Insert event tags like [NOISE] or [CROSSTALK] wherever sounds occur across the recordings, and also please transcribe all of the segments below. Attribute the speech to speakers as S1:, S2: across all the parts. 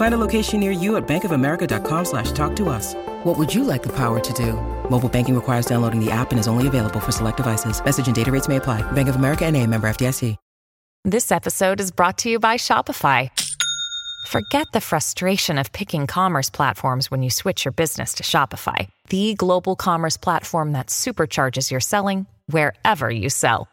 S1: Find a location near you at bankofamerica.com slash talk to us. What would you like the power to do? Mobile banking requires downloading the app and is only available for select devices. Message and data rates may apply. Bank of America and a member FDIC.
S2: This episode is brought to you by Shopify. Forget the frustration of picking commerce platforms when you switch your business to Shopify, the global commerce platform that supercharges your selling wherever you sell.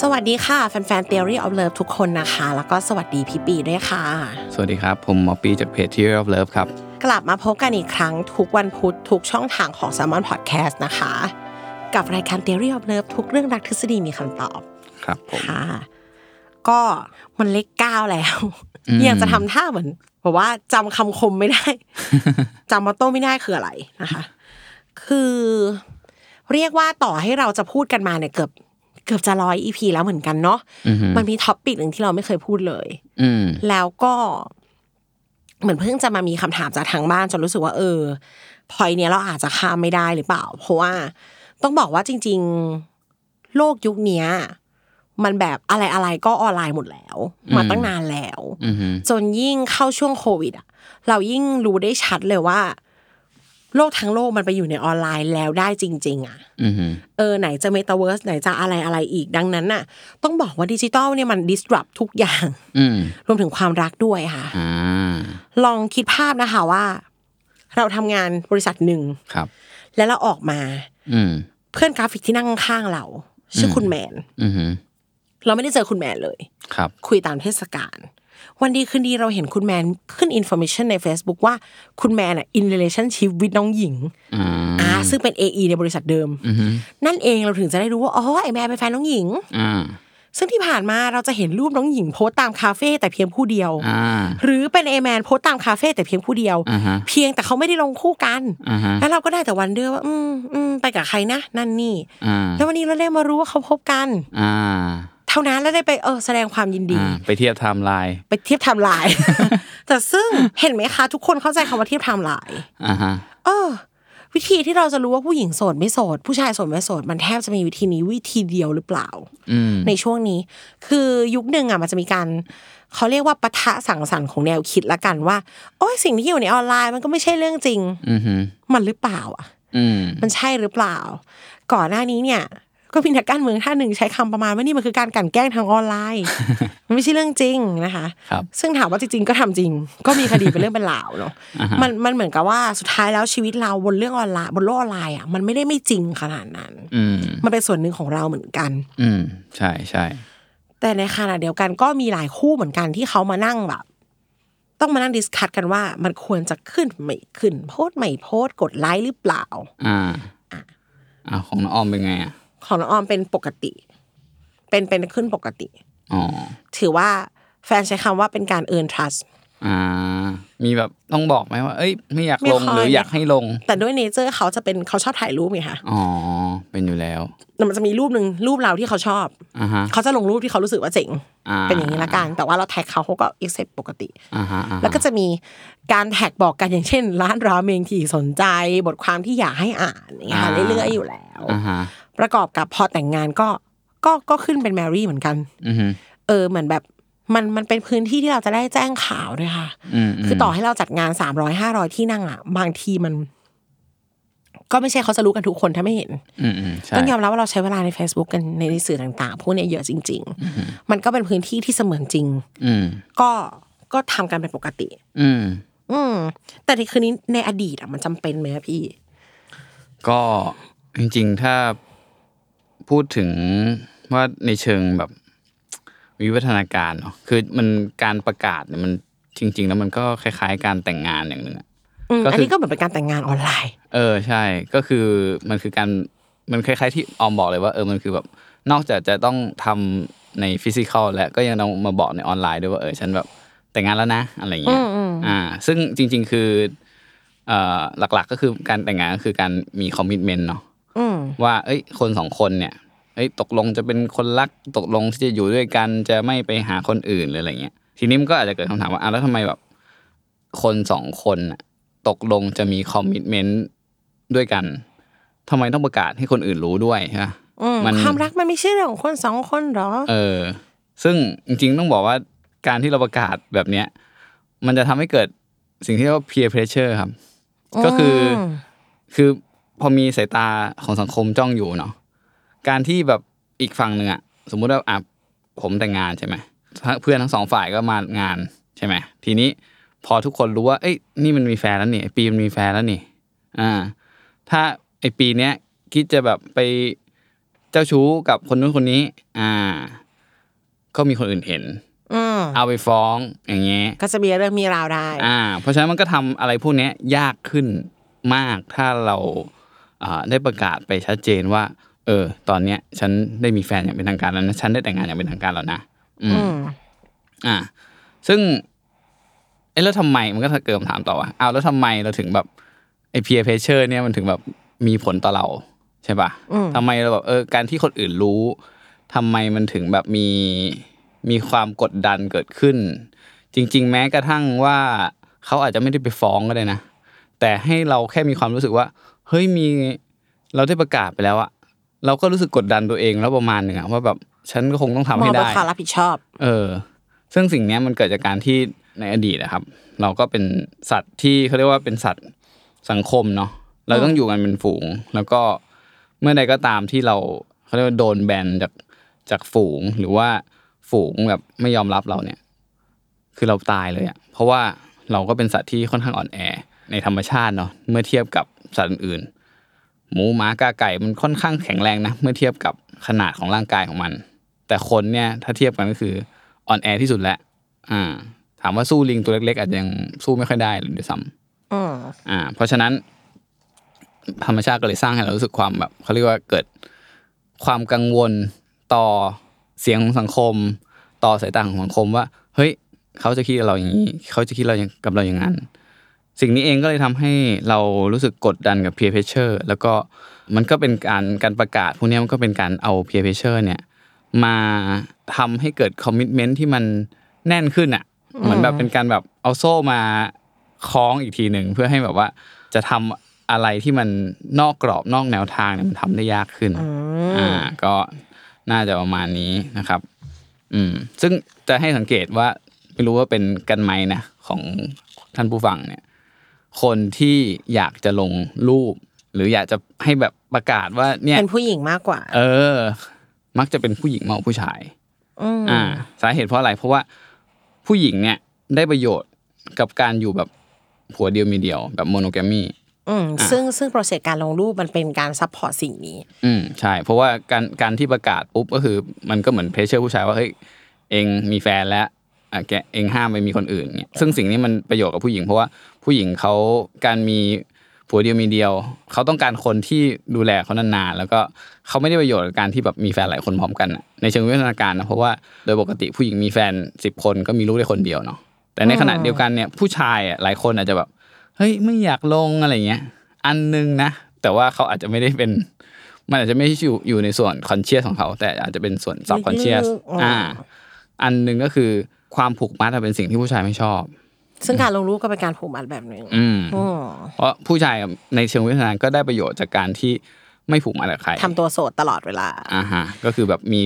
S3: สวัสดีค่ะ แฟนๆ Theory of Love ทุกคนนะคะ แล้วก็สวัสดีพี่ปีด้วยค่ะ
S4: สวัสดีครับ ผมหมอปีจากเพจ Theory of Love ครับ
S3: กลับมาพบกันอีกครั้งทุกวันพุธทุกช่องทางของ s ซ l m o n Podcast นะคะ กับรายการ Theory of Love ทุกเรื่องรักทฤษฎีมีคำตอบ
S4: ครับผม
S3: ค่ะ ก็มันเลขเก้าแล้ว อยากจะทำท่าเหมือนแบบว่าจำคำคมไม่ได้ จำมอตโต้ไม่ได้คืออะไรนะคะ คือเรียกว่าต่อให้เราจะพูดกันมาเนี่ยเกือบเกือบจะร้อยอีพีแล้วเหมือนกันเนาะมันมีท็อปปิกหนึ่งที่เราไม่เคยพูดเลย
S4: อืม
S3: แล้วก็เหมือนเพิ่งจะมามีคำถามจากทางบ้านจนรู้สึกว่า เออพอยเนี้ยเราอาจจะข้ามไม่ได้หรือเปล่า เพราะว่าต้องบอกว่าจริง ๆ โลกยุคเนี้ย มันแบบอะไรอะไรก็ออนไลน์หมดแล้ว มาตั้งนานแล้ว
S4: อืม
S3: จนยิ่งเข้าช่วงโควิดอะเรายิ่งรู้ได้ชัดเลยว่า โลกทั้งโลกมันไปอยู่ในออนไลน์แล้วได้จริง ๆอะ
S4: อืม
S3: เออไหนจะเมตาเวิร์สไหนจะอะไรอะไรอีกดังนั้นน่ะ ต้องบอกว่าดิจิตอลเนี่ยมัน disrupt ทุกอย่าง [LAUGHS]
S4: อืม
S3: รวมถึงความรักด้วยค่ะ
S4: อ่า
S3: ลองคิดภาพนะคะว่า เราทำงานบริษัทหนึ่ง
S4: ครับ
S3: แล้วเราออกมา
S4: อืม
S3: เพื่อนกราฟิกที่นั่งข้างเรา ชื่อคุณแมน
S4: อืม
S3: เราไม่ได้เจอคุณแมนเลย
S4: ครับ
S3: คุยตามเทศกาลวันดีคืนดีเราเห็นคุณแมนขึ้นอินโฟมิชันใน Facebook ว่าคุณแมนอ่ะอินเ a ลชั่นชีวิตน้องหญิง
S4: อ่า
S3: อ่าซึ่งเป็น AE ในบริษัทเดิม
S4: อืม
S3: นั่นเองเราถึงจะได้รู้ว่าอ๋อไอแมนเป็นแฟนน้องหญิง
S4: อ่า
S3: ซึ่งที่ผ่านมาเราจะเห็นรูปน้องหญิงโพสต์ตามคาเฟ่แต่เพียงผู้เดียว
S4: อ่า
S3: หรือเป็นเอแมนโพสต์ตามคาเฟ่แต่เพียงผู้เดียว
S4: อ่าฮะ
S3: เพียงแต่เขาไม่ได้ลงคู่กัน
S4: อ่าฮะ
S3: แล้วเราก็ได้แต่วันเดือว่า อืมอืมไปกับใครนะ นั่นนี่
S4: อ่า
S3: แล้ววันนี้เราได้มารู้ว่าเขาพบกัน
S4: อ่า
S3: เท่านั้นแล้วได้ไปเออแสดงความยินดี
S4: อ่า ไปเทียบไทม์ไลน์
S3: ไปเทียบไทำลาย [LAUGHS] แต่ซึ่งเห็นไหมคะ ทุกคนเข้าใจคำว่าเทียบไทำลาย
S4: อ่าฮะ
S3: เออ วิธีที่เราจะรู้ว่าผู้หญิงโสดไม่โสด ผู้ชายโสดไม่โสด มันแทบจะมีวิธีนี้วิธีเดียวหรือเปล่า
S4: อืม
S3: ในช่วงนี้คือยุคหนึ่งอ่ะมันจะมีการเขาเรียกว่าปะทะสังสรรค์ของแนวคิดละกันว่า โอ้ยสิ่งที่อยู่ในออนไลน์มันก็ไม่ใช่เรื่องจริง
S4: อืมฮึ
S3: มันหรือเปล่าอ่ะ
S4: อืม
S3: มันใช่หรือเปล่า ก่อนหน้านี้เนี่ย ก็มีนักการเมืองท่านหนึ่งใช้คำประมาณว่านี่มันคือการกลั่นแกล้งทางออนไลน์
S4: [LAUGHS]
S3: มันไม่ใช่เรื่องจริงนะคะ
S4: ครับ
S3: ซึ่งถามว่าจริงๆก็ทำจริง ก็มีคดีเป็นเรื่องเป็นราวเนาะมันมันเหมือนกับว่าสุดท้ายแล้วชีวิตเราบนเรื่องออนไลน์บนโลกออนไลน์อ่ะมันไม่ได้ไม่จริงขนาดนั้น
S4: อืม
S3: มันเป็นส่วนหนึ่งของเราเหมือนกัน
S4: อืม ใช่ใช่
S3: แต่ในขณะเดียวกันก็มีหลายคู่เหมือนกันที่เขามานั่งแบบ ต้องมานั่งดิสคัตกันว่า มันควรจะขึ้นไม่ขึ้น โพสต์ไม่โพสต์กดไลค์หรือเปล่า
S4: อ่า อ่า ของน้องออมเป็นไงอ่ะ
S3: ของน้องออมเป็นปกติ เป็นเป็นขึ้นปกติ
S4: อ๋อ
S3: ถือว่าแฟนใช้คำว่าเป็นการ earn trust
S4: อ่า มีแบบต้องบอกไหมว่า เอ้ย ไม่อยากลง
S3: ไม่ค่อย
S4: หรืออยากให้ลง
S3: แต่ด้วยเนเจอร์เขาจะเป็นเขาชอบถ่ายรูปไงคะ
S4: อ๋อ เป็นอยู่แล้ว
S3: แต่มันจะมีรูปหนึ่งรูปเราที่เขาชอบ
S4: อ่าฮะ
S3: เขาจะลงรูปที่เขารู้สึกว่าเจ๋ง
S4: อ่า
S3: เป็นอย่างนี้ละกัน แต่ว่าเราแท็กเขาเขาก็ accept ปกติ
S4: อ่าฮะอ่าฮะ
S3: แล้วก็จะมีการแท็กบอกกันอย่างเช่น ร้านราเมงที่สนใจ บทความที่อยากให้อ่านอย่างเงี้ยค่ะ
S4: อ่า
S3: เรื่อยๆอยู่แล้ว
S4: อ่าฮะ
S3: ประกอบกับพอแต่งงานก็ก็ก็ขึ้นเป็นแมรี่เหมือนกัน
S4: อือฮึ
S3: เออเหมือนแบบมันมันเป็นพื้นที่ที่เราจะได้แจ้งข่าวด้วยค่ะ
S4: อืม
S3: คือต่อให้เราจัดงานสามร้อยห้าร้อยที่นั่งอ่ะบางทีมัน ก็ไม่ใช่เขาจะรู้กันทุกคนถ้าไม่เห็น
S4: อืมอืมใช่
S3: ต้องยอมรับว่าเราใช้เวลาใน Facebook กันในสื่อต่างๆพวกเนี้ยเยอะจริง ๆ มันก็เป็นพื้นที่ที่เสมือนจริง
S4: อืม
S3: ก็ก็ทำกันเป็นปกติ
S4: อืม
S3: อืม แต่ในคืนนี้ในอดีตอ่ะมันจำเป็นไหมอะพี่
S4: ก็จริงๆ ถ้าพูดถึงว่าในเชิงแบบ วิวัฒนาการเนาะคือมันการประกาศเนี่ยมันจริง ๆ แล้วมันก็คล้าย ๆ การแต่งงานอย่างหนึ่งอะ
S3: อืม
S4: ก็คืออั
S3: อันนี้ก็เหมือนเป็นการแต่งงานออนไลน์
S4: เออใช่ก็คือมันคือการมันคล้าย ๆ ที่ออมบอกเลยว่าเออมันคือแบบนอกจากจะต้องทำในฟิสิกอลแล้วก็ยังต้องมาบอกในออนไลน์ด้วยว่าเออฉันแบบแต่งงานแล้วนะอะไรเงี้ยอ่า ซึ่งจริง ๆ คือเอ่อหลักๆก็คือการแต่งงานก็คือการมีคอมมิชเมนต์เนาะ
S3: อืม
S4: ว่าเอ้ยคนสองคนเนี่ยเอ้ยตกลงจะเป็นคนรักตกลงที่จะอยู่ด้วยกันจะไม่ไปหาคนอื่นหรืออะไรเงี้ยทีนี้มันก็อาจจะเกิดคำถามว่าอ่ะแล้วทำไมแบบ คนสองคนน่ะตกลงจะมีคอมมิชเมนต์ด้วยกันทำไมต้องประกาศให้คนอื่นรู้ด้วยฮะ
S3: อืม
S4: มัน
S3: ความรักมันไม่ใช่เรื่องของคนสองคนหรอ
S4: เออ ซึ่งจริงๆต้องบอกว่าการที่เราประกาศแบบเนี้ย มันจะทำให้เกิดสิ่งที่เรียกว่า peer pressure ครับ ก็คือ คือพอมีสายตาของสังคมจ้องอยู่เนาะการที่แบบอีกฝั่งหนึ่งอะสมมุติว่าอ่ะผมแต่งงานใช่ไหมเพื่อนทั้งสองฝ่ายก็มางานใช่ไหมทีนี้พอทุกคนรู้ว่า เอ้ยนี่มันมีแฟนแล้วนี่ไอ้ปีมันมีแฟนแล้วนี่ อ่า ถ้าไอปีเนี้ยคิดจะแบบไปเจ้าชู้กับคนนู้นคนนี้ อ่า ก็มีคนอื่นเห็น
S3: อืม
S4: เอาไปฟ้องอย่างเงี้ย
S3: ก็จะมีเรื่องมีราวได้
S4: อ่า เพราะฉะนั้นมันก็ทำอะไรพวกเนี้ยยากขึ้นมากถ้าเราอ่าได้ประกาศไปชัดเจนว่า เออ ตอนเนี้ยฉันได้มีแฟนอย่างเป็นทางการแล้วนะฉันได้แต่งงานอย่างเป็นทางการแล้วนะอืม
S3: อืม
S4: อ่า ซึ่งเอ้แล้วทำไมมันก็เกิดคำถามต่อว่าอ้าวแล้วทำไมเราถึงแบบไอ้ peer pressure เนี่ยมันถึงแบบมีผลต่อเราใช่ป่ะทำไมเราแบบเออการที่คนอื่นรู้ทำไมมันถึงแบบมีมีความกดดันเกิดขึ้น จริง ๆ แม้กระทั่งว่าเขาอาจจะไม่ได้ไปฟ้องก็ได้นะ แต่ให้เราแค่มีความรู้สึกว่า เฮ้ยมีเราได้ประกาศไปแล้วอะเราก็รู้สึกกดดันตัวเองแล้วประมาณหนึ่งอะว่าแบบฉันก็คงต้องทำ
S3: มอ
S4: ให้
S3: ง
S4: ได้
S3: เป็นความรับผิดชอบ
S4: เออ ซึ่งสิ่งเนี้ยมันเกิดจากการที่ในอดีตนะครับ เราก็เป็นสัตว์ที่เขาเรียกว่าเป็นสัตว์สังคมเนาะ เราต้องอยู่กันเป็นฝูง แล้วก็เมื่อใดก็ตามที่เราเขาเรียกว่าโดนแบนจากจากฝูง หรือว่าฝูงแบบไม่ยอมรับเราเนี่ย คือเราตายเลยอะเพราะว่าเราก็เป็นสัตว์ที่ค่อนข้างอ่อนแอในธรรมชาติเนาะ เมื่อเทียบกับสัตว์อื่นๆหมูหมากาไก่มันค่อนข้างแข็งแรงนะ เมื่อเทียบกับขนาดของร่างกายของมัน แต่คนเนี่ยถ้าเทียบกันก็คืออ่อนแอที่สุดแล้วอ่า ถามว่าสู้ลิงตัวเล็กๆ อาจจะยังสู้ไม่ค่อยได้หรือด้วยซ้
S3: อืม
S4: ำอ่า เพราะฉะนั้น ธรรมชาติก็เลยสร้างให้เรารู้สึกความแบบเขาเรียกว่าเกิดความกังวลต่อเสียงของสังคม ต่อสายตาของสังคมว่า เฮ้ย เขาจะคิดกับเราอย่างนี้ เขาจะคิดเราอย่างกับเราอย่างนั้น สิ่งนี้เองก็เลยทำให้เรารู้สึกกดดันกับ peer pressure แล้วก็มันก็เป็นการการประกาศพวกเนี้ยมันก็เป็นการเอา peer pressure เนี่ย มาทำให้เกิด commitment ที่มันแน่นขึ้นอ่ะ เหมือนแบบเป็นการแบบเอาโซ่มาคล้องอีกทีหนึ่งเพื่อให้แบบว่าจะทำอะไรที่มันนอกกรอบนอกแนวทางเนี่ยมันทำได้ยากขึ้น อ่า ก็น่าจะประมาณนี้นะครับ อืม ซึ่งจะให้สังเกตว่าไม่รู้ว่าเป็นกันไหมนะ ของท่านผู้ฟังเนี่ย คนที่อยากจะลงรูป หรืออยากจะให้แบบประกาศว่าเนี่ย
S3: เป็นผู้หญิงมากกว่า
S4: เออ มักจะเป็นผู้หญิงมากกว่าผู้ชาย อ่า สาเหตุเพราะอะไร เพราะว่าผู้หญิงเนี่ยได้ประโยชน์กับการอยู่แบบผัวเดียวมีเดียว แบบโมโนแกรมี
S3: อืมซึ่งซึ่งโปรเซสการลงรูปมันเป็นการซัพพอร์ตสิ่งนี้
S4: อืมใช่ เพราะว่าการการที่ประกาศปุ๊บก็คือมันก็เหมือนเพรสเชอร์ผู้ชายว่าเฮ้ยเองมีแฟนแล้วอ่ะแกเองห้ามไปมีคนอื่นเนี่ยซึ่งสิ่งนี้มันประโยชน์กับผู้หญิง เพราะว่าผู้หญิงเขาการมีผัวเดียวมีเดียวเขาต้องการคนที่ดูแลเขานานๆแล้วก็เขาไม่ได้ประโยชน์กับการที่แบบมีแฟนหลายคนพร้อมกันน่ะในเชิงวิวัฒนาการนะเพราะว่าโดยปกติผู้หญิงมีแฟนสิบคนก็มีลูกได้คนเดียวเนาะแต่ในขณะเดียวกันเนี่ยผู้ชายอ่ะหลายคนอาจจะแบบ เฮ้ยไม่อยากลงอะไรเงี้ย อันนึงนะ แต่ว่าเขาอาจจะไม่ได้เป็น มันอาจจะไม่อยู่อยู่ในส่วนคอนเชียสของเขา แต่อาจจะเป็นส่วนซับคอนเชียส
S3: ลึกๆอ๋ออ่
S4: อ่า อันหนึงก็คือความผูกมัดอะเป็นสิ่งที่ผู้ชายไม่ชอบ
S3: ซึ่งการลงรูปก็เป็นการผูกมัดแบบหนึ่ง
S4: อืม
S3: อืม
S4: เพราะผู้ชายในเชิงวิทยาการก็ได้ประโยชน์จากการที่ไม่ผูกมัดกับใคร
S3: ทำตัวโสดตลอดเวลา
S4: อ่าฮะก็คือแบบมี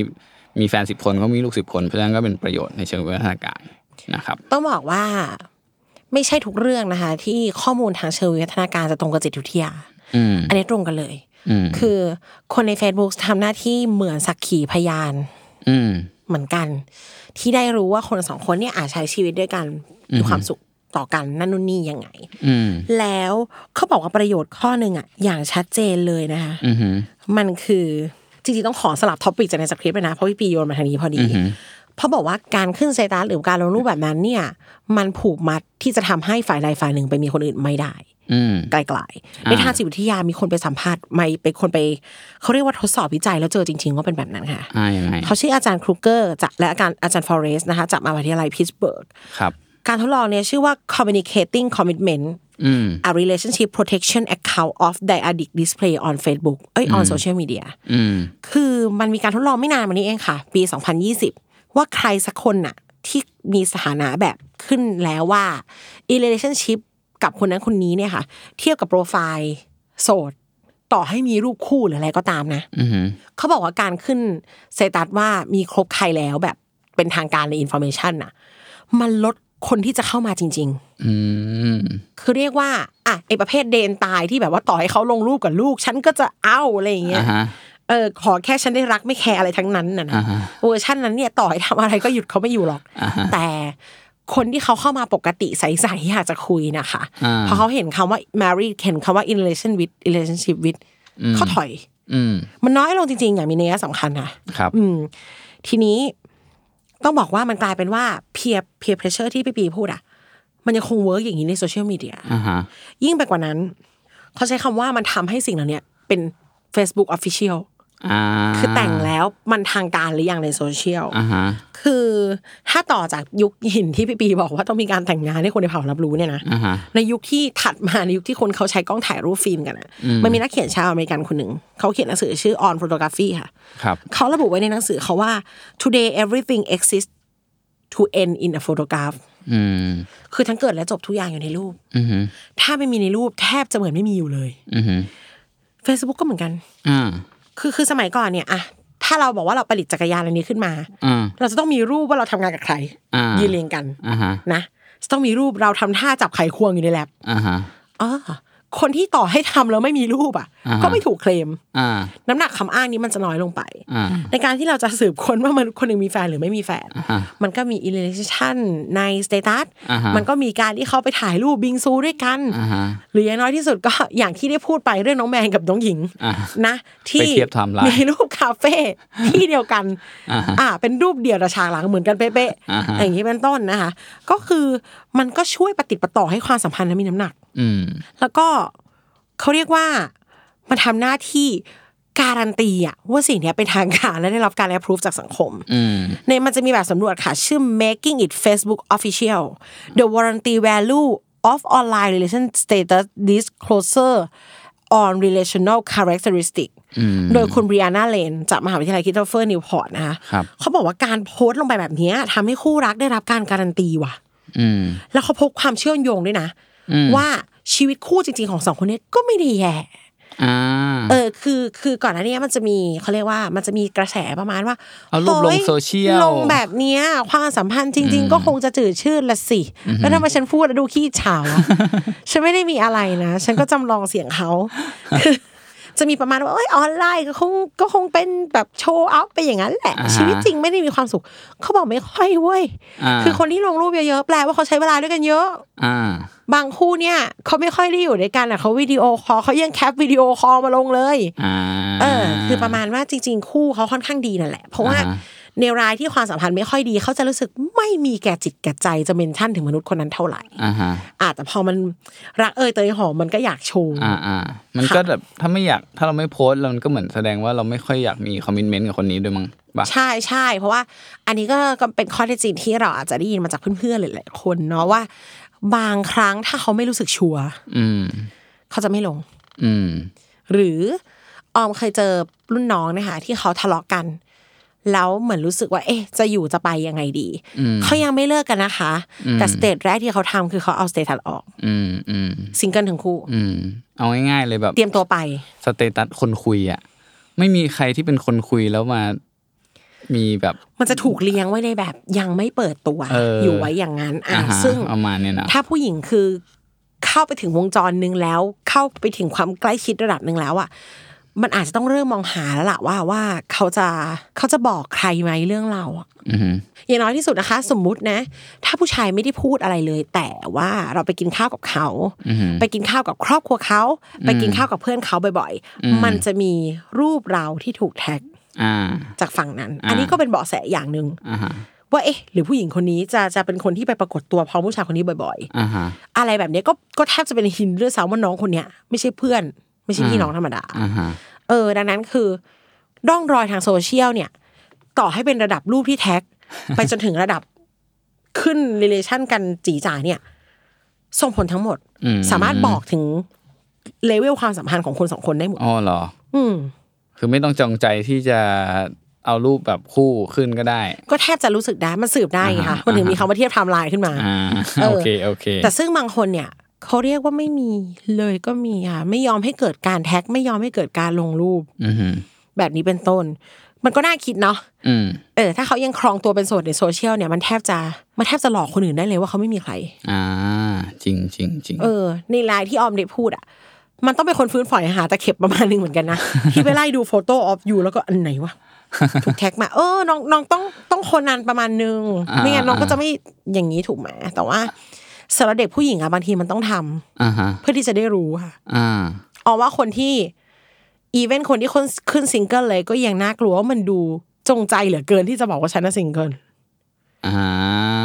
S4: มีแฟนสิบคนเขามีลูกสิบคน เพราะฉะนั้นก็เป็นประโยชน์ในเชิงวิทยาการนะครับ
S3: ต้องบอกว่า ไม่ใช่ทุกเรื่องนะคะ ที่ข้อมูลทางเชิงวิวัฒนาการจะตรงกับจิตวิทยา
S4: อืม
S3: อันนี้ตรงกันเลย
S4: อืม
S3: คือคนใน Facebook ทำหน้าที่เหมือนสักขีพยาน
S4: อืม
S3: เหมือนกัน ที่ได้รู้ว่าคนสองคนเนี่ยอาจใช้ชีวิตด้วยกันมีความสุขต่อกันนั่นนู่นนี่ยังไง
S4: อืม
S3: แล้วเขาบอกว่าประโยชน์ข้อหนึ่งอะอย่างชัดเจนเลยนะคะ
S4: อืม
S3: มันคือจริงๆต้องขอสลับท็อปิกจากในสคริปต์ไปนะ เพราะพี่ปีโยนมาทางนี้พอดี เพราะบอกว่าการขึ้นสเตตัสหรือการลงรูปแบบนั้นเนี่ย มันผูกมัดที่จะทำให้ฝ่ายใดฝ่ายหนึ่งไปมีคนอื่นไม่ได้
S4: อืม
S3: ไกลๆในทางจิตวิทยามีคนไปสัมภาษณ์ไม่ไปคนไปเขาเรียกว่าทดสอบวิจัยแล้วเจอจริง ๆ ว่าเป็นแบบนั้นค่ะ
S4: อ่ายังไง
S3: เขาชื่ออาจารย์ครูเกอร์จากและอาจารย์อาจารย์ฟอเรสนะคะจากมหาวิทยาลัยพิตสเบิร์ก
S4: ครับ
S3: การทดลองเนี่ยชื่อว่า communicating commitment
S4: อืม
S3: a relationship protection account of the addict display on Facebook เอ้ย on social media
S4: อืม
S3: คือมันมีการทดลองไม่นานมานี้เองค่ะ ปี 2020 ว่าใครสักคนน่ะที่มีสถานะแบบขึ้นแล้วว่า in relationship กับคนนั้นคนนี้เนี่ยค่ะ เทียบกับโปรไฟล์โสด ต่อให้มีรูปคู่หรืออะไรก็ตามนะ
S4: อืม
S3: เขาบอกว่าการขึ้นสเซตัสว่ามีครบใครแล้วแบบเป็นทางการในอินโฟเมชันน่ะ มันลดคนที่จะเข้ามาจริง
S4: อืม
S3: ๆ คือเรียกว่าอ่ะไอประเภทเดนตายที่แบบว่าต่อให้เขาลงรูปกับลูก ฉันก็จะเอาอะไรอย่างเงี้
S4: อ่ายฮะ
S3: เออขอแค่ฉันได้รักไม่แคร์อะไรทั้งนั้นน่ะนะ
S4: อ่าฮะ
S3: เวอร์ชันนั้นเนี่ยต่อให้ทำอะไรก็หยุดเขาไม่อยู่หรอก
S4: อ่าฮะ
S3: แต่คนที่เขาเข้ามาปกติใสๆอยากจะคุยนะคะ
S4: อ่า
S3: พอเขาเห็นคำว่า married เห็นคำว่า in relation with relationship with เขาถอย
S4: อืม
S3: มันน้อยลงจริงๆ อย่างมีนัยสำคัญค่ะ
S4: ครับ
S3: อืมทีนี้ต้องบอกว่ามันกลายเป็นว่าเพียเพียเพรสเชอร์ที่พี่ปีพูดอ่ะ มันยังคงเวิร์กอย่างนี้ในโซเชียลมีเดีย
S4: อ่าฮะ
S3: ยิ่งไปกว่านั้น เขาใช้คำว่ามันทำให้สิ่งเหล่าเนี้ยเป็น Facebook Official
S4: อ่า
S3: คือแต่งแล้วมันทางการหรือยังในโซเชียล
S4: อ่าฮะ
S3: คือถ้าต่อจากยุคหินที่พี่ปีบอกว่าต้องมีการแต่งงานให้คนในเผ่ารับรู้เนี่ยนะ
S4: อ่าฮะ
S3: ในยุคที่ถัดมาในยุคที่คนเขาใช้กล้องถ่ายรูปฟิล์มกันอะมันมีนักเขียนชาวอเมริกันคนหนึ่ง เขาเขียนหนังสือชื่อ On Photography ค่ะ
S4: ครับ
S3: เขาระบุไว้ในหนังสือเขาว่า today everything exists to end in a photograph
S4: อืม
S3: คือทั้งเกิดและจบทุกอย่างอยู่ในรูป
S4: อืมฮึ
S3: ถ้าไม่มีในรูปแทบจะเหมือนไม่มีอยู่เลย
S4: อืมฮึ
S3: Facebook ก็เหมือนกัน
S4: อ่า
S3: คือคือสมัยก่อนเนี่ยอะถ้าเราบอกว่าเราผลิตจักรยานอะไรนี้ขึ้นมา
S4: อ่า
S3: เราจะต้องมีรูปว่าเราทำงานกับใคร
S4: อ่ายื
S3: ยืนเรียงกัน
S4: อ่าฮะ
S3: นะจะต้องมีรูปเราทำท่าจับไขควงอยู่ในแลบ
S4: อ่าฮะ
S3: อ๋อคนที่ต่อให้ทำแล้วไม่มีรูปอ่ะ
S4: อ่าฮะ
S3: ก็ไม่ถูกเคลม
S4: อ่า
S3: น้ำหนักคำอ้างนี้มันจะน้อยลงไป
S4: อ่า
S3: ในการที่เราจะสืบค้น [LAUGHS] ว่ามันคนหนึ่งมีแฟนหรือไม่มีแฟน
S4: อ่า
S3: มันก็มี illustration ใน status
S4: อ่าฮะ
S3: มันก็มีการที่เขาไปถ่ายรูปบิงซูด้วยกัน
S4: อ่าฮะ
S3: หรืออย่างน้อยที่สุดก็ อย่างที่ได้พูดไปเรื่องน้องแมนกับน้องหญิง
S4: อ่า
S3: นะ ที่
S4: ไปเทียบไทม์ไลน์
S3: มีรูปคาเฟ่ที่เดียวกัน อ่า เป็นรูปเดียวแต่ฉากหลังเหมือนกันเป๊ะ
S4: อ่าฮะ
S3: ๆอย่างนี้เป็นต้นนะคะ ก็คือมันก็ช่วยประติดประต่อให้ความสัมพันธ์นั้นมีน้ำหนัก
S4: อืม
S3: แล้วก็เขาเรียกว่ามันทำหน้าที่การันตีอะว่าสิ่งเนี้ยเป็นทางการและได้รับการแอปพรูฟจากสังคม
S4: อืม
S3: ในมันจะมีแบบสำรวจค่ะ ชื่อ making it Facebook official the warranty value of online relation status disclosure on relational characteristic โดยคุณบริอาน่าเลนจากมหาวิทยาลัยคิทเฟอร์นิวพอร์ตนะคะ
S4: ครับ
S3: เขาบอกว่าการโพสต์ลงไปแบบเนี้ยทำให้คู่รักได้รับการการันตีว่ะ
S4: อืม
S3: แล้วเขาพบความเชื่อมโยงด้วยนะ ว่าชีวิตคู่จริง ๆ ของสองคนเนี้ยก็ไม่ได้แย่
S4: อ่า
S3: เออคือคือก่อนหน้านี้มันจะมีเขาเรียกว่ามันจะมีกระแสประมาณว่า
S4: เอารูปลง
S3: ฮ้
S4: โซเชียล
S3: ลงแบบเนี้ยความสัมพันธ์จริง ๆ ก็คงจะจืดชืดละสิ แล้วทำไมฉันพูดแล้วดูขี้เฉา
S4: [LAUGHS]
S3: วะ ฉันไม่ได้มีอะไรนะ ฉันก็จำลองเสียงเขาคือจะมีประมาณว่าเอ้ยออนไลน์ก็คงก็คงเป็นแบบโชว์อัพไปอย่างนั้นแหละ ชีวิตจริงไม่ได้มีความสุข เขาบอกไม่ค่อยเว้ย
S4: อ่า
S3: คือคนที่ลงรูปเยอะๆแปลว่าเขาใช้เวลาด้วยกันเยอะ
S4: อ่า
S3: บางคู่เนี่ยเขาไม่ค่อยได้อยู่ด้วยกันอ่ะเขาวิดีโอคอลเขายังแคปวิดีโอคอลมาลงเลย
S4: อ่า
S3: เออคือประมาณว่าจริง ๆ คู่เขาค่อนข้างดีนั่นแหละ เพราะว่า
S4: อ่าฮะ
S3: ในรายที่ความสัมพันธ์ไม่ค่อยดีเขาจะรู้สึกไม่มีแก่จิตแก่ใจจะเมนชั่นถึงมนุษย์คนนั้นเท่าไหร่
S4: อ่าฮะ
S3: อาจแต่พอมันรักเอยเตยหอมมันก็อยากโชว์
S4: อ่าอ่า มันก็แบบถ้าไม่อยากถ้าเราไม่โพสต์เรามันก็เหมือนแสดงว่าเราไม่ค่อยอยากมีคอมมิชเมนต์กับคนนี้ด้วยมั้งปะ
S3: ใช่ใช่เพราะว่าอันนี้ก็ก็เป็นข้อเท็จจริงที่เราอาจจะได้ยินมาจากเพื่อนๆหลายๆคนเนาะว่า บางครั้งถ้าเขาไม่รู้สึกชัวร์
S4: อืม
S3: เขาจะไม่ลง
S4: อืม
S3: หรือออมเคยเจอรุ่นน้องนะคะที่เขาทะเลาะกัน แล้วเหมือนรู้สึกว่า เอ๊ะ จะอยู่จะไปยังไงดี เขายังไม่เลิกกันนะคะ แต่สเตจแรกที่เขาทำคือเขาเอาสเตตัสออก
S4: อืม อืม
S3: ซิงเกิลทั้งคู่
S4: อืม เอาง่ายๆเลยแบบ
S3: เตรียมตัวไป
S4: สเตตัสคนคุยอะไม่มีใครที่เป็นคนคุยแล้วมา มีแบบ
S3: มันจะถูกเลี้ยงไว้ในแบบยังไม่เปิดตัว
S4: เอออ
S3: ยู่ไว้อย่างนั้นอ่ะ
S4: อาหาร
S3: ซึ่ง
S4: ประมาณเนี้ยนะ
S3: ถ้าผู้หญิงคือเข้าไปถึงวงจรหนึ่งแล้ว เข้าไปถึงความใกล้ชิดระดับหนึ่งแล้วอ่ะมันอาจจะต้องเริ่มมองหาแล้วล่ะว่าว่าเขาจะเขาจะบอกใครไหมเรื่องเราอะ
S4: อือหือ
S3: อย่างน้อยที่สุดนะคะ สมมุตินะ ถ้าผู้ชายไม่ได้พูดอะไรเลย แต่ว่าเราไปกินข้าวกับเขา
S4: อือหือ
S3: ไปกินข้าวกับครอบครัวเขา ไปกินข้าวกับเพื่อนเขาบ่อยๆ มันจะมีรูปเราที่ถูกแท็ก
S4: อ่า
S3: จากฝั่งนั้น อันนี้ก็เป็นเบาะแสอย่างหนึ่ง
S4: อ่าฮะ
S3: ว่าเอ๊ะ หรือผู้หญิงคนนี้จะจะเป็นคนที่ไปปรากฏตัวพร้อมผู้ชายคนนี้บ่อย
S4: อ่าฮะ
S3: ๆ อะไรแบบเนี้ยก็ก็แทบจะเป็นหินด้วยซ้ำว่าน้องคนเนี้ยไม่ใช่เพื่อน ไม่ใช่พี่น้องธรรมดา
S4: อ่าฮะ
S3: เออดังนั้นคือร่องรอยทางโซเชียลเนี่ย ต่อให้เป็นระดับรูปที่แท็ก
S4: [LAUGHS]
S3: ไปจนถึงระดับขึ้น relation กันจีจ๋าเนี่ย ส่งผลทั้งหมด
S4: อืม
S3: สามารถบอกถึงเลเวลความสัมพันธ์ของคนสองคนได้หมด
S4: อ๋อเหรอ
S3: อืม
S4: คือไม่ต้องจองใจที่จะเอารูปแบบคู่ขึ้นก็ได้
S3: ก็แทบจะรู้สึกได้มันสืบได้ไงค่ะมันถึงมีคำว่าเทียบไทม์ไลน์ขึ้นมา
S4: อ่า
S3: เออ
S4: [LAUGHS] โอเค โอเค
S3: แต่ซึ่งบางคนเนี่ยเขาเรียกว่าไม่มีเลยก็มีค่ะไม่ยอมให้เกิดการแท็ก ไม่ยอมให้เกิดการลงรูป
S4: อืมฮึ
S3: แบบนี้เป็นต้น มันก็น่าคิดเนาะ
S4: อืม
S3: เออถ้าเขายังครองตัวเป็นโสดในโซเชียลเนี่ยมันแทบจะมันแทบจะหลอกคนอื่นได้เลยว่าเขาไม่มีใคร
S4: อ่า จริงจริงจริง
S3: เออ ในไลน์ที่ออมได้พูดอ่ะ มันต้องเป็นคนฟื้นฝอยหาตะเข็บประมาณหนึงเหมือนกันนะ [LAUGHS] ที่ไปไล่ดูโฟโต้ออฟอยู่แล้วก็อันไหนวะถูกแท็กมา เออน้องน้องต้องต้องคนนานประมาณหนึงไม่งั้นน้องก็จะไม่อย่างนี้ถูกไหมแต่ว่าสำหรับเด็กผู้หญิงอะบางทีมันต้องทำ
S4: อ่าฮะ
S3: เพื่อที่จะได้รู้ค่ะ
S4: อ่า
S3: ออว่าคนที่อีเวนคนที่คนขึ้นซิงเกิลเลย ก็ยังน่ากลัวว่ามันดูจงใจเหลือเกินที่จะบอกว่าฉันน่ะซิงเกิล
S4: อ่า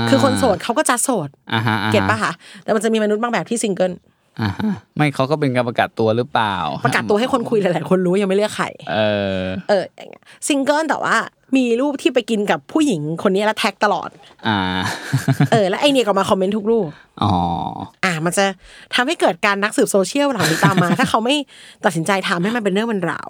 S3: คือคนโสดเขาก็จะโสด
S4: อ่าฮะอ่าฮ
S3: เก็ตปะคะแต่มันจะมีมนุษย์บางแบบที่ซิงเกิล
S4: อ่าฮะ ไม่เขาก็เป็นการประกาศตัวหรือเปล่า
S3: ประกาศตัวให้คนคุยหลายๆ คนรู้ยังไม่เลือกใคร
S4: เออ
S3: เอออย่างเงี้ยซิงเกิลแต่ว่ามีรูปที่ไปกินกับผู้หญิงคนนี้แล้วแท็กตลอด
S4: อ่า [LAUGHS]
S3: เออ แล้วไอเนี่ยก็มาคอมเมนต์ทุกรูป
S4: อ๋อ
S3: อ่า มันจะทำให้เกิดการนักสืบโซเชียลเหล่านี้ตามมา ถ้าเขาไม่ตัดสินใจทำให้มันเป็นเรื่องมันราว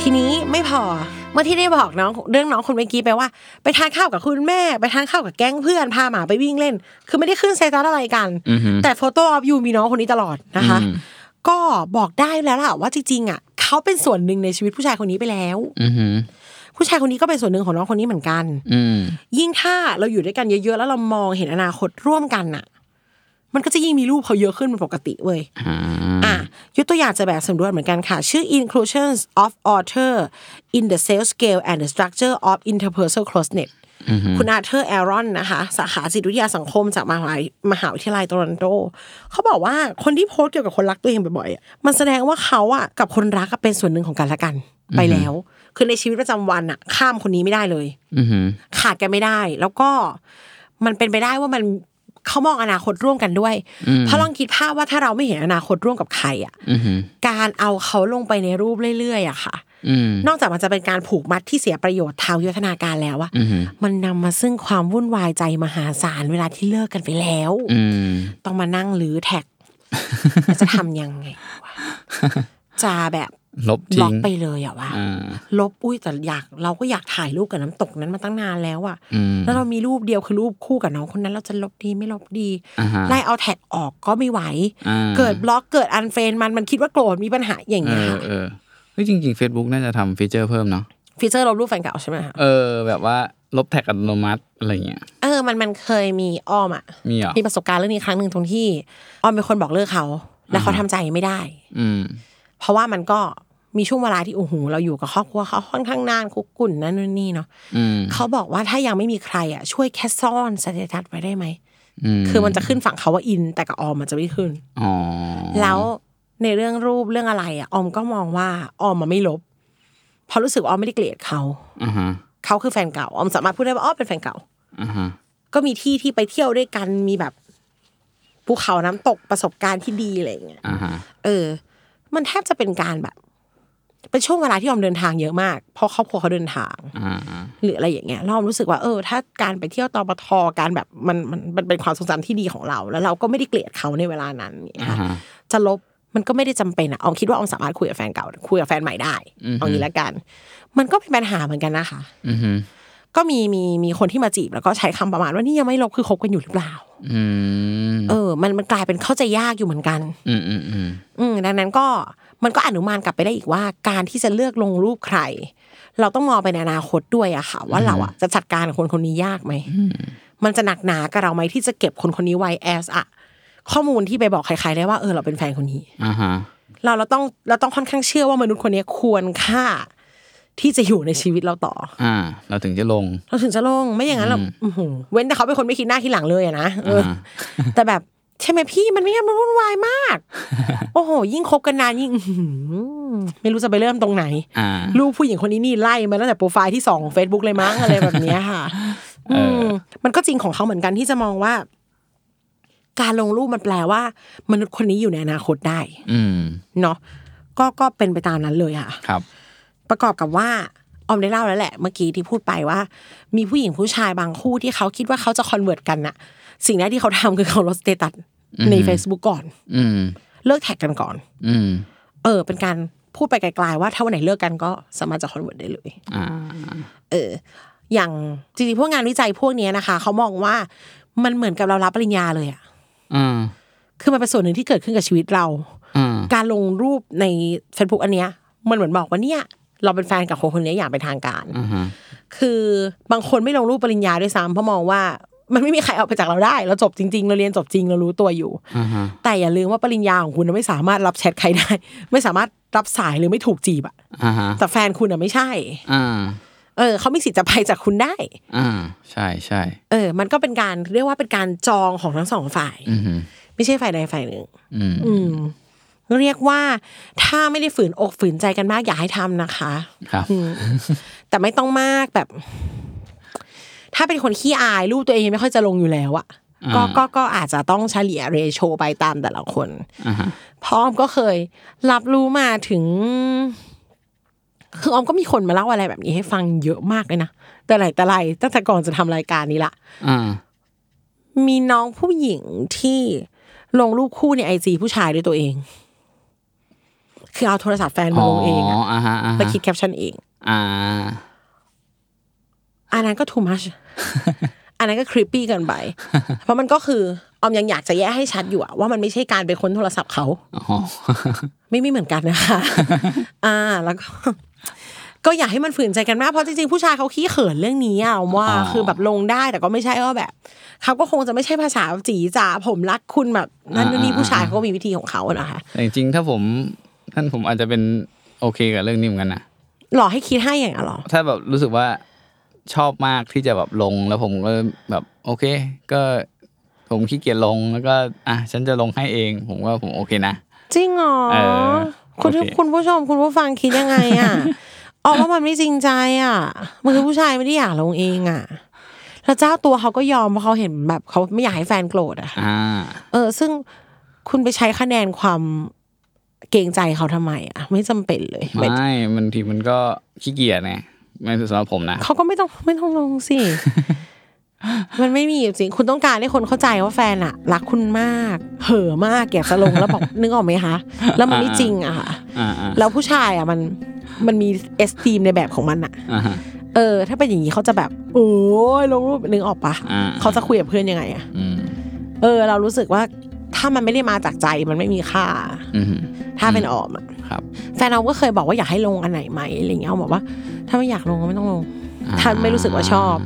S3: ทีนี้ไม่พอเมื่อที่ได้บอกน้องเรื่องน้องคนเมื่อกี้ไปว่า ไปทานข้าวกับคุณแม่ ไปทานข้าวกับแก๊งเพื่อนพาหมาไปวิ่งเล่น คือไม่ได้ขึ้นไซตัสอะไรกัน แต่โฟโต้ออฟยูมีน้องคนนี้ตลอดนะคะ ก็บอกได้แล้วล่ะว่าจริงๆอ่ะเขาเป็นส่วนหนึ่งในชีวิตผู้ชายคนนี้ไปแล้ว
S4: อือฮึ
S3: ผู้ชายคนนี้ก็เป็นส่วนหนึ่งของน้องคนนี้เหมือนกัน
S4: อืม
S3: ยิ่งถ้าเราอยู่ด้วยกันเยอะๆแล้วเรามองเห็นอนาคตร่วมกันน่ะ มันก็จะยิ่งมีรูปเขาเยอะขึ้นเป็นปกติเว้ย
S4: อ่า
S3: อ่ะยกตัวอย่างจะแบบสำรวจเหมือนกันค่ะ ชื่อ inclusions of author in the sales scale and the structure of interpersonal closeness คุณอาเธอร์แอรอนนะคะ สาขาจิตวิทยาสังคมจากมหาวิทยาลัยมหาวิทยาลัยโตรอนโต เขาบอกว่าคนที่โพสต์เกี่ยวกับคนรักตัวเองบ่อยๆอ่ะมันแสดงว่าเขาอะกับคนรักอะเป็นส่วนหนึ่งของกันและกัน ไปแล้ว คือในชีวิตประจำวันอะข้ามคนนี้ไม่ได้เลย
S4: อือฮึ
S3: ขาดกันไม่ได้ แล้วก็มันเป็นไปได้ว่ามันเขามองอนาคตร่วมกันด้วย เพราะลองคิดภาพว่าถ้าเราไม่เห็นอนาคตร่วมกับใครอ่ะ
S4: อือฮึ
S3: การเอาเขาลงไปในรูปเรื่อยๆอะค่ะ
S4: อืม
S3: นอกจากมันจะเป็นการผูกมัดที่เสียประโยชน์ทางวิวัฒนาการแล้วอะ
S4: อือฮึ
S3: มันนำมาซึ่งความวุ่นวายใจมหาศาลเวลาที่เลิกกันไปแล้ว
S4: อืม
S3: ต้องมานั่งหรือแท็
S4: [LAUGHS]
S3: ก จะทำยังไงวะจะแบบ
S4: ลบ
S3: ล็อ
S4: ทิ้
S3: ก
S4: ง
S3: ไปเลยอะวะ
S4: อ่า
S3: ลบอุ้ยแต่อยากเราก็อยากถ่ายรูปกับน้ำตกนั้นมาตั้งนานแล้วอะ
S4: อืม
S3: แล้วเรามีรูปเดียวคือรูปคู่กับน้องคนนั้น เราจะลบดีไม่ลบดี
S4: อ่าฮะ
S3: ไล่เอาแท็กออกก็ไม่ไหว
S4: อ่า
S3: เกิดบล็อกเกิดอันเฟรนมันมันคิดว่าโกรธมีปัญหาอย่าง
S4: เอ
S3: เงี้ย
S4: อ
S3: ค่ะ
S4: เออเฮ้ยจริงๆ Facebook น่าจะทำฟีเจอร์เพิ่มเนาะ
S3: ฟีเจอร์ลบรูปแฟนเก่าใช่ไหมคะ
S4: เออ แบบว่าลบแท็กอัตโนมัติอะไรเงี้ย
S3: เออมันมันเคยมีอ้อมอะ
S4: มีเหรอ
S3: มีประสบการณ์เรื่องนี้ครั้งหนึ่งตรงที่อ้อมเป็นคนบอกเลิกเขา แล้วเขาทำใจไม่ได้
S4: อืม
S3: เพราะว่ามันก็มีช่วงเวลาที่โอ้โหเราอยู่กับครอบครัวเขาค่อนข้างนานคุกกุ่นนั่นนู่นนี่เนาะ
S4: อืม
S3: เขาบอกว่าถ้ายังไม่มีใครอ่ะช่วยแค่ซ่อนสเตตัสไว้ได้ไหม
S4: อืม
S3: คือมันจะขึ้นฝั่งเขาว่าอิน แต่กับออมมันจะไม่ขึ้น
S4: อ๋อ
S3: แล้วในเรื่องรูปเรื่องอะไรอ่ะออมก็มองว่าออมมันไม่ลบ เพราะรู้สึกว่าออมไม่ได้เกลียดเขา
S4: อ่าฮะ
S3: เขาคือแฟนเก่าออมสามารถพูดได้ว่าออมเป็นแฟนเก่า
S4: อ่าฮะ
S3: ก็มีที่ที่ไปเที่ยวด้วยกันมีแบบภูเขาน้ำตกประสบการณ์ที่ดีอะไรอย่างเงี้ย
S4: อ่าฮะ
S3: เออ มันแทบจะเป็นการแบบ เป็นช่วงเวลาที่ออมเดินทางเยอะมาก เพราะครอบครัวเขาเดินทาง
S4: อ่า
S3: หรืออะไรอย่างเงี้ยเรารู้สึกว่าเออ ถ้าการไปเที่ยวตปทการแบบมันมันมันเป็นความทรงจำที่ดีของเรา แล้วเราก็ไม่ได้เกลียดเขาในเวลานั้นเนี่ยค่ะ
S4: อ่าฮะ
S3: จะลบมันก็ไม่ได้จำเป็นอะออมคิดว่าออมสามารถคุยกับแฟนเก่าคุยกับแฟนใหม่ได้เอางี้ละกัน มันก็เป็นปัญหาเหมือนกันนะคะ
S4: อือฮึ
S3: ก็มีมีมีคนที่มาจีบแล้วก็ใช้คำประมาณว่านี่ยังไม่ลบคือคบกันอยู่หรือเปล่า
S4: อืม
S3: เออ มันมันกลายเป็นเข้าใจยากอยู่เหมือนกัน
S4: อืมอืมอืม
S3: อืมดังนั้นก็มันก็อนุมานกลับไปได้อีกว่า การที่จะเลือกลงรูปใคร เราต้องมองไปในอนาคตด้วยอะค่ะ ว่าเราอะจะจัดการกับคนคนนี้ยากไหมมันจะหนักหนากับเราไหมที่จะเก็บคนคนนี้ไว้แอสอะข้อมูลที่ไปบอกใครๆได้ว่าเออเราเป็นแฟนคนนี้
S4: อ่าฮะ
S3: เราเราต้องเราต้องค่อนข้างเชื่อว่ามนุษย์คนนี้ควรค่า ที่จะอยู่ในชีวิตเราต่อ
S4: อ่า เราถึงจะลง
S3: เราถึงจะลงไม่อย่างนั้นเราอื้อหือเว้นแต่เขาเป็นคนไม่คิดหน้าคิดหลังเลยอะนะเออ
S4: อ่า
S3: แต่แบบใช่ไหมพี่มันไม่งั้นมันวุ่นวายมาก โอ้โห ยิ่งคบกันนานยิ่งอื้อหือไม่รู้จะไปเริ่มตรงไหน
S4: อ่า
S3: ลูกผู้หญิงคนนี้นี่ไล่มาตั้งแต่โปรไฟล์ที่สองเฟซบุ๊กเลยมั้งอะไรแบบเนี้ยค่ะ อืมมันก็จริงของเขาเหมือนกันที่จะมองว่า การลงรูปมันแปลว่า มนุษย์คนนี้อยู่ในอนาคตได้
S4: อืม
S3: เนาะก็ก็เป็นไปตามนั้นเลยค่ะ
S4: ครับ
S3: ประกอบกับว่าออมได้เล่าแล้วแหละเมื่อกี้ที่พูดไปว่า มีผู้หญิงผู้ชายบางคู่ที่เขาคิดว่าเขาจะคอนเวิร์ตกันน่ะ สิ่งแรกที่เขาทำคือเขาลดสเตตัสใน Facebook ก่อน
S4: อืม
S3: เลิกแท็กกันก่อน
S4: อืม
S3: เออ เป็นการพูดไปไกลๆว่าถ้าวันไหนเลิกกันก็สามารถจะคอนเวิร์ตได้เลย
S4: อ่า
S3: เออ อย่างจริงๆพวกงานวิจัยพวกเนี้ยนะคะ เขามองว่ามันเหมือนกับเรารับปริญญาเลยอะ
S4: อ่า
S3: คือมันเป็นส่วนหนึ่งที่เกิดขึ้นกับชีวิตเรา
S4: อ่า
S3: การลงรูปใน Facebook อันเนี้ยมันเหมือนบอกว่าเนี่ย เราเป็นแฟนกับคนคนนี้อย่างเป็นทางการ
S4: อ่าฮะ
S3: คือบางคนไม่ลงรูปปริญญาด้วยซ้ำเพราะมองว่ามันไม่มีใครเอาไปจากเราได้ เราจบจริงๆ เราเรียนจบจริงเรารู้ตัวอยู่
S4: อ่าฮะ
S3: แต่อย่าลืมว่าปริญญาของคุณน่ะไม่สามารถรับแชทใครได้ [LAUGHS] ไม่สามารถรับสายหรือไม่ถูกจีบอะ
S4: อ่าฮะ
S3: แต่แฟนคุณอะไม่ใช่
S4: อ่า
S3: เออเขามีสิทธิ์จะไปจากคุณได้
S4: อ่า ใช่ใช่
S3: เออ มันก็เป็นการเรียกว่าเป็นการจองของทั้งสองฝ่าย
S4: อืม
S3: ไม่ใช่ฝ่ายใดฝ่ายหนึ่ง
S4: อืม
S3: อืม เรียกว่าถ้าไม่ได้ฝืนอกฝืนใจกันมากอย่าให้ทำนะคะ
S4: ครับ
S3: แต่ไม่ต้องมากแบบ ถ้าเป็นคนขี้อายรูปตัวเองยังไม่ค่อยจะลงอยู่แล้วอะก็
S4: อ่า
S3: ก็ก็อาจจะต้องเฉลี่ยเรโชไปตามแต่ละคน
S4: อ่าฮะ
S3: เพราะออมก็เคยรับรู้มาถึง คือออมก็มีคนมาเล่าอะไรแบบนี้ให้ฟังเยอะมากเลยนะแต่ไหนแต่ไรตั้งแต่ก่อนจะทำรายการนี้ละ
S4: อ่า
S3: มีน้องผู้หญิงที่ลงรูปคู่ในไอจีผู้ชายด้วยตัวเอง คือเอาโทรศัพท์แฟนมาลงเอง
S4: อ๋
S3: อะ
S4: ออ่าฮะอ่าฮะ
S3: แล้วคิดแคปชั่นเอง
S4: อ่า
S3: อันนั้นก็ too
S4: [LAUGHS]
S3: much อันนั้นก็ครีปปี้เกินไป เพราะมันก็คือออมยังอยากจะแยกให้ชัดอยู่อะว่ามันไม่ใช่การไปค้นโทรศัพท์เขา
S4: อ๋อ [LAUGHS]
S3: ไม่ไม่เหมือนกันนะคะ อ่า แล้วก็ ก็อยากให้มันฝืนใจกันมาก เพราะจริงๆ ผู้ชายเขาขี้เขินเรื่องนี้อะออมว่า
S4: อ๋อ
S3: คือแบบลงได้แต่ก็ไม่ใช่ว่าแบบเขาก็คงจะไม่ใช่ภาษาจีจ๋าผมรักคุณแบบนั่นนู่นนี่ผู้ชายเขาก็มีวิธีของเขาอะนะคะ
S4: แต่จริงๆ ถ้าผมท่านผมอาจจะเป็นโอเคกับเรื่องนี้เหมือนกันนะ
S3: หลอกให้คิดให้อย่างนั้นหรอ
S4: ถ้าแบบรู้สึกว่าชอบมากที่จะแบบลงแล้วผมก็แบบโอเค ก็ผมขี้เกียจลงแล้วก็อ่ะฉันจะลงให้เอง ผมว่าผมโอเคนะ
S3: จริงเหรอ
S4: เออ
S3: คุณ
S4: โอเค
S3: คุณผู้ชมคุณผู้ฟังคิดยังไงอ่ะ [LAUGHS] ออกว่ามันไม่จริงใจอ่ะ มันคือผู้ชายไม่ได้อยากลงเองอ่ะ แล้วเจ้าตัวเขาก็ยอมเพราะเขาเห็นแบบเขาไม่อยากให้แฟนโกรธอ่ะ
S4: อ่า
S3: เออ ซึ่งคุณไปใช้คะแนนความเกรงใจเขาทำไมอ่ะ ไม่จำเป็นเลย
S4: ไม่มันทีมันก็ขี้เกียจไงไม่สำหรับผมนะ
S3: เขาก็ไม่ต้องไม่ต้องลง
S4: [LAUGHS]
S3: สิ มันไม่มีอยู่จริง คุณต้องการให้คนเข้าใจว่าแฟนอ่ะ รักคุณมาก เห่อะมากอยากจะลงแล้วบอก [LAUGHS] นึกออกไหมคะ แล้วมันไม่จริงอะค่ะ
S4: อ่าอ่า
S3: แล้วผู้ชายอ่ะมันมันมีเอสตีมในแบบของมันอ่ะ
S4: อ่าฮะ
S3: เออ ถ้าเป็นอย่างนี้เขาจะแบบ โอ้ยลงรูปนึกออกปะ
S4: อ่า
S3: เขาจะคุยกับเพื่อนยังไงอ่ะ
S4: อืม
S3: เออ เรารู้สึกว่าถ้ามันไม่ได้มาจากใจมันไม่มีค่า
S4: อืม
S3: ถ้าเป็นออมอ่ะ
S4: ครับ
S3: แฟนเราก็เคยบอกว่าอยากให้ลงอันไหนไหมอะไรเงี้ยเอาบอกว่า ถ้าไม่อยากลงก็ไม่ต้องลง ถ้าไม่รู้สึกว่าชอบ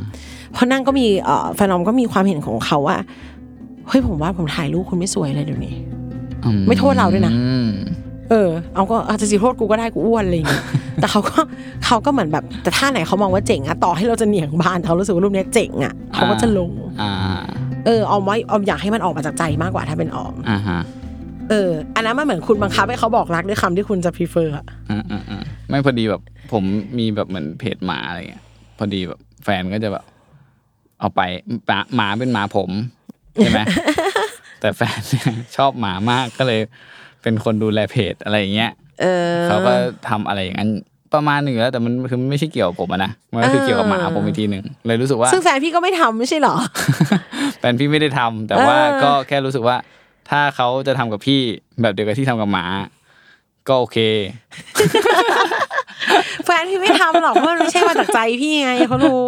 S3: เพราะนั่งก็มีเออแฟนออมก็มีความเห็นของเขาว่าเฮ้ยผมว่าผมถ่ายรูปคุณไม่สวยเลยเดี๋ยวนี้
S4: อื
S3: ไม่โทษเราด้วยนะ
S4: อืม
S3: เออเอาก็อาจจะสิโทษกูก็ได้กูอ้วนอะไรอย่างเงี้ย แต่เขาก็เขาก็เหมือนแบบแต่ถ้าไหนเขามองว่าเจ๋งอะต่อให้เราจะเหนียงบานแต่เขารู้สึกว่ารูปเนี้ยเจ๋งอะเขาก็จะลง
S4: อ่า
S3: เออออมไว้ออมอยากให้มันออกมาจากใจมากกว่าถ้าเป็นออม
S4: อ่าฮะ
S3: เอออันนั้นมันเหมือนคุณบังคับให้เขาบอกรักด้วยคำที่คุณจะ prefer อะ
S4: อ่าอ่าอ่าไม่พอดีแบบ ผมมีแบบเหมือนเพจหมาอะไรเงี้ย พอดีแบบ แฟนก็จะแบบ เอาไปหมาหมาเป็นหมาผมใช่ไหม
S3: [LAUGHS]
S4: แต่แฟนเนี่ยชอบหมามากก็เลย เป็นคนดูแลเพจอะไรอย่างเงี้ย
S3: เออ
S4: เขาก็ทำอะไรอย่างนั้นประมาณหนึ่งแล้วแต่มันคือมันไม่ใช่เกี่ยวกับผมอะนะมันก็คือ
S3: เออ
S4: เกี่ยวกับหมาผมอีกทีหนึ่งเลยรู้สึกว่า
S3: ซึ่งแฟนพี่ก็ไม่ทำไม่ใช่เหรอ
S4: แฟนพี่ไม่ได้ทำแต่ว่า
S3: เออ
S4: ก็แค่รู้สึกว่า ถ้าเขาจะทำกับพี่แบบเดียวกับที่ทำกับหมา ก็โอเค
S3: แฟนพี่ไม่ทำหรอกเพราะมันไม่ใช่มาจากใจพี่ไงเขารู้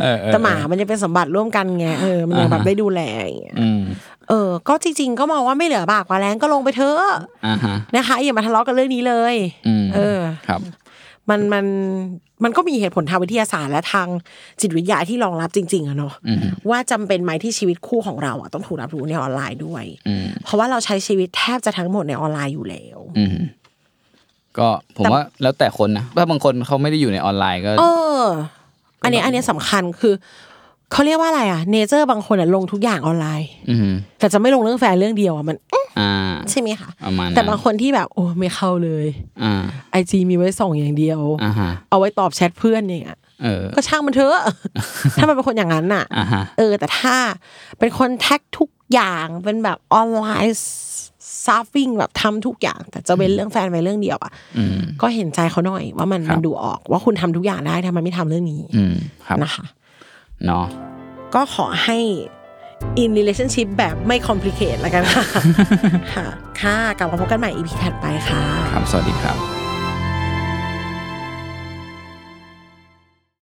S4: เออเออ
S3: แต่หมามันจะเป็นสมบัติร่วมกันไงเออมันยังแบบได้ดูแลอย่างเงี้ย
S4: อืม
S3: เออ ก็จริง ๆ ก็มองว่าไม่เหลือบากมาแรงก็ลงไปเถอะ
S4: อ่าฮะ
S3: นะคะอย่ามาทะเลาะกันเรื่องนี้เลย
S4: อืม
S3: เออ
S4: ครับ
S3: มันมันมันก็มีเหตุผลทางวิทยาศาสตร์และทางจิตวิทยาที่รองรับจริง ๆอะเนาะ
S4: อืม
S3: ว่าจำเป็นไหมที่ชีวิตคู่ของเราอะต้องถูกรับรู้ในออนไลน์ด้วย
S4: อืม
S3: เพราะว่าเราใช้ชีวิตแทบจะทั้งหมดในออนไลน์อยู่แล้ว
S4: อืมก็ผมว่าแล้วแต่คนนะถ้าบางคนเขาไม่ได้อยู่ในออนไลน์ก็
S3: เออ อันเนี้ยอันเนี้ยสำคัญคือเขาเรียกว่าอะไรอะเนเจอร์บางคนอะลงทุกอย่างออนไลน์
S4: อืม
S3: แต่จะไม่ลงเรื่องแฟนเรื่องเดียวอะมันอื้อ
S4: อ่า
S3: ใช่ไหมคะ
S4: ประมาณนั้น
S3: แต่บางคนที่แบบโอ้ไม่เข้าเลย
S4: อ่า
S3: ไอจีมีไว้ส่องอย่างเดียว
S4: อ่าฮะ
S3: เอาไว้ตอบแชทเพื่อนอย่างเงี้ย
S4: เออ
S3: ก็ช่างมันเถ
S4: [LAUGHS]
S3: อะ ถ้ามันเป็นคนอย่างนั้นน่ะ
S4: อ่าฮะ
S3: เออแต่ถ้าเป็นคนแท็กทุกอย่างเป็นแบบออนไลน์ซาฟฟิ่งแบบทำทุกอย่าง แต่จะเป็นเรื่องแฟนไปเรื่องเดียวอ่ะ
S4: อืม
S3: ก็เห็นใจเขาหน่อยว่ามัน
S4: ครับ
S3: มันดูออกว่าคุณทำทุกอย่างได้ทำไมไม่ทำเรื่องนี้
S4: อืมครับ
S3: นะคะ
S4: เนาะ
S3: ก็ขอให้ in relationship แบบไม่ complicate แล้วกันค่ะ ค่ะ ค่ะกลับมาพบกันใหม่ EP ถัดไปค่ะ
S4: ครับ สวัสดีครับ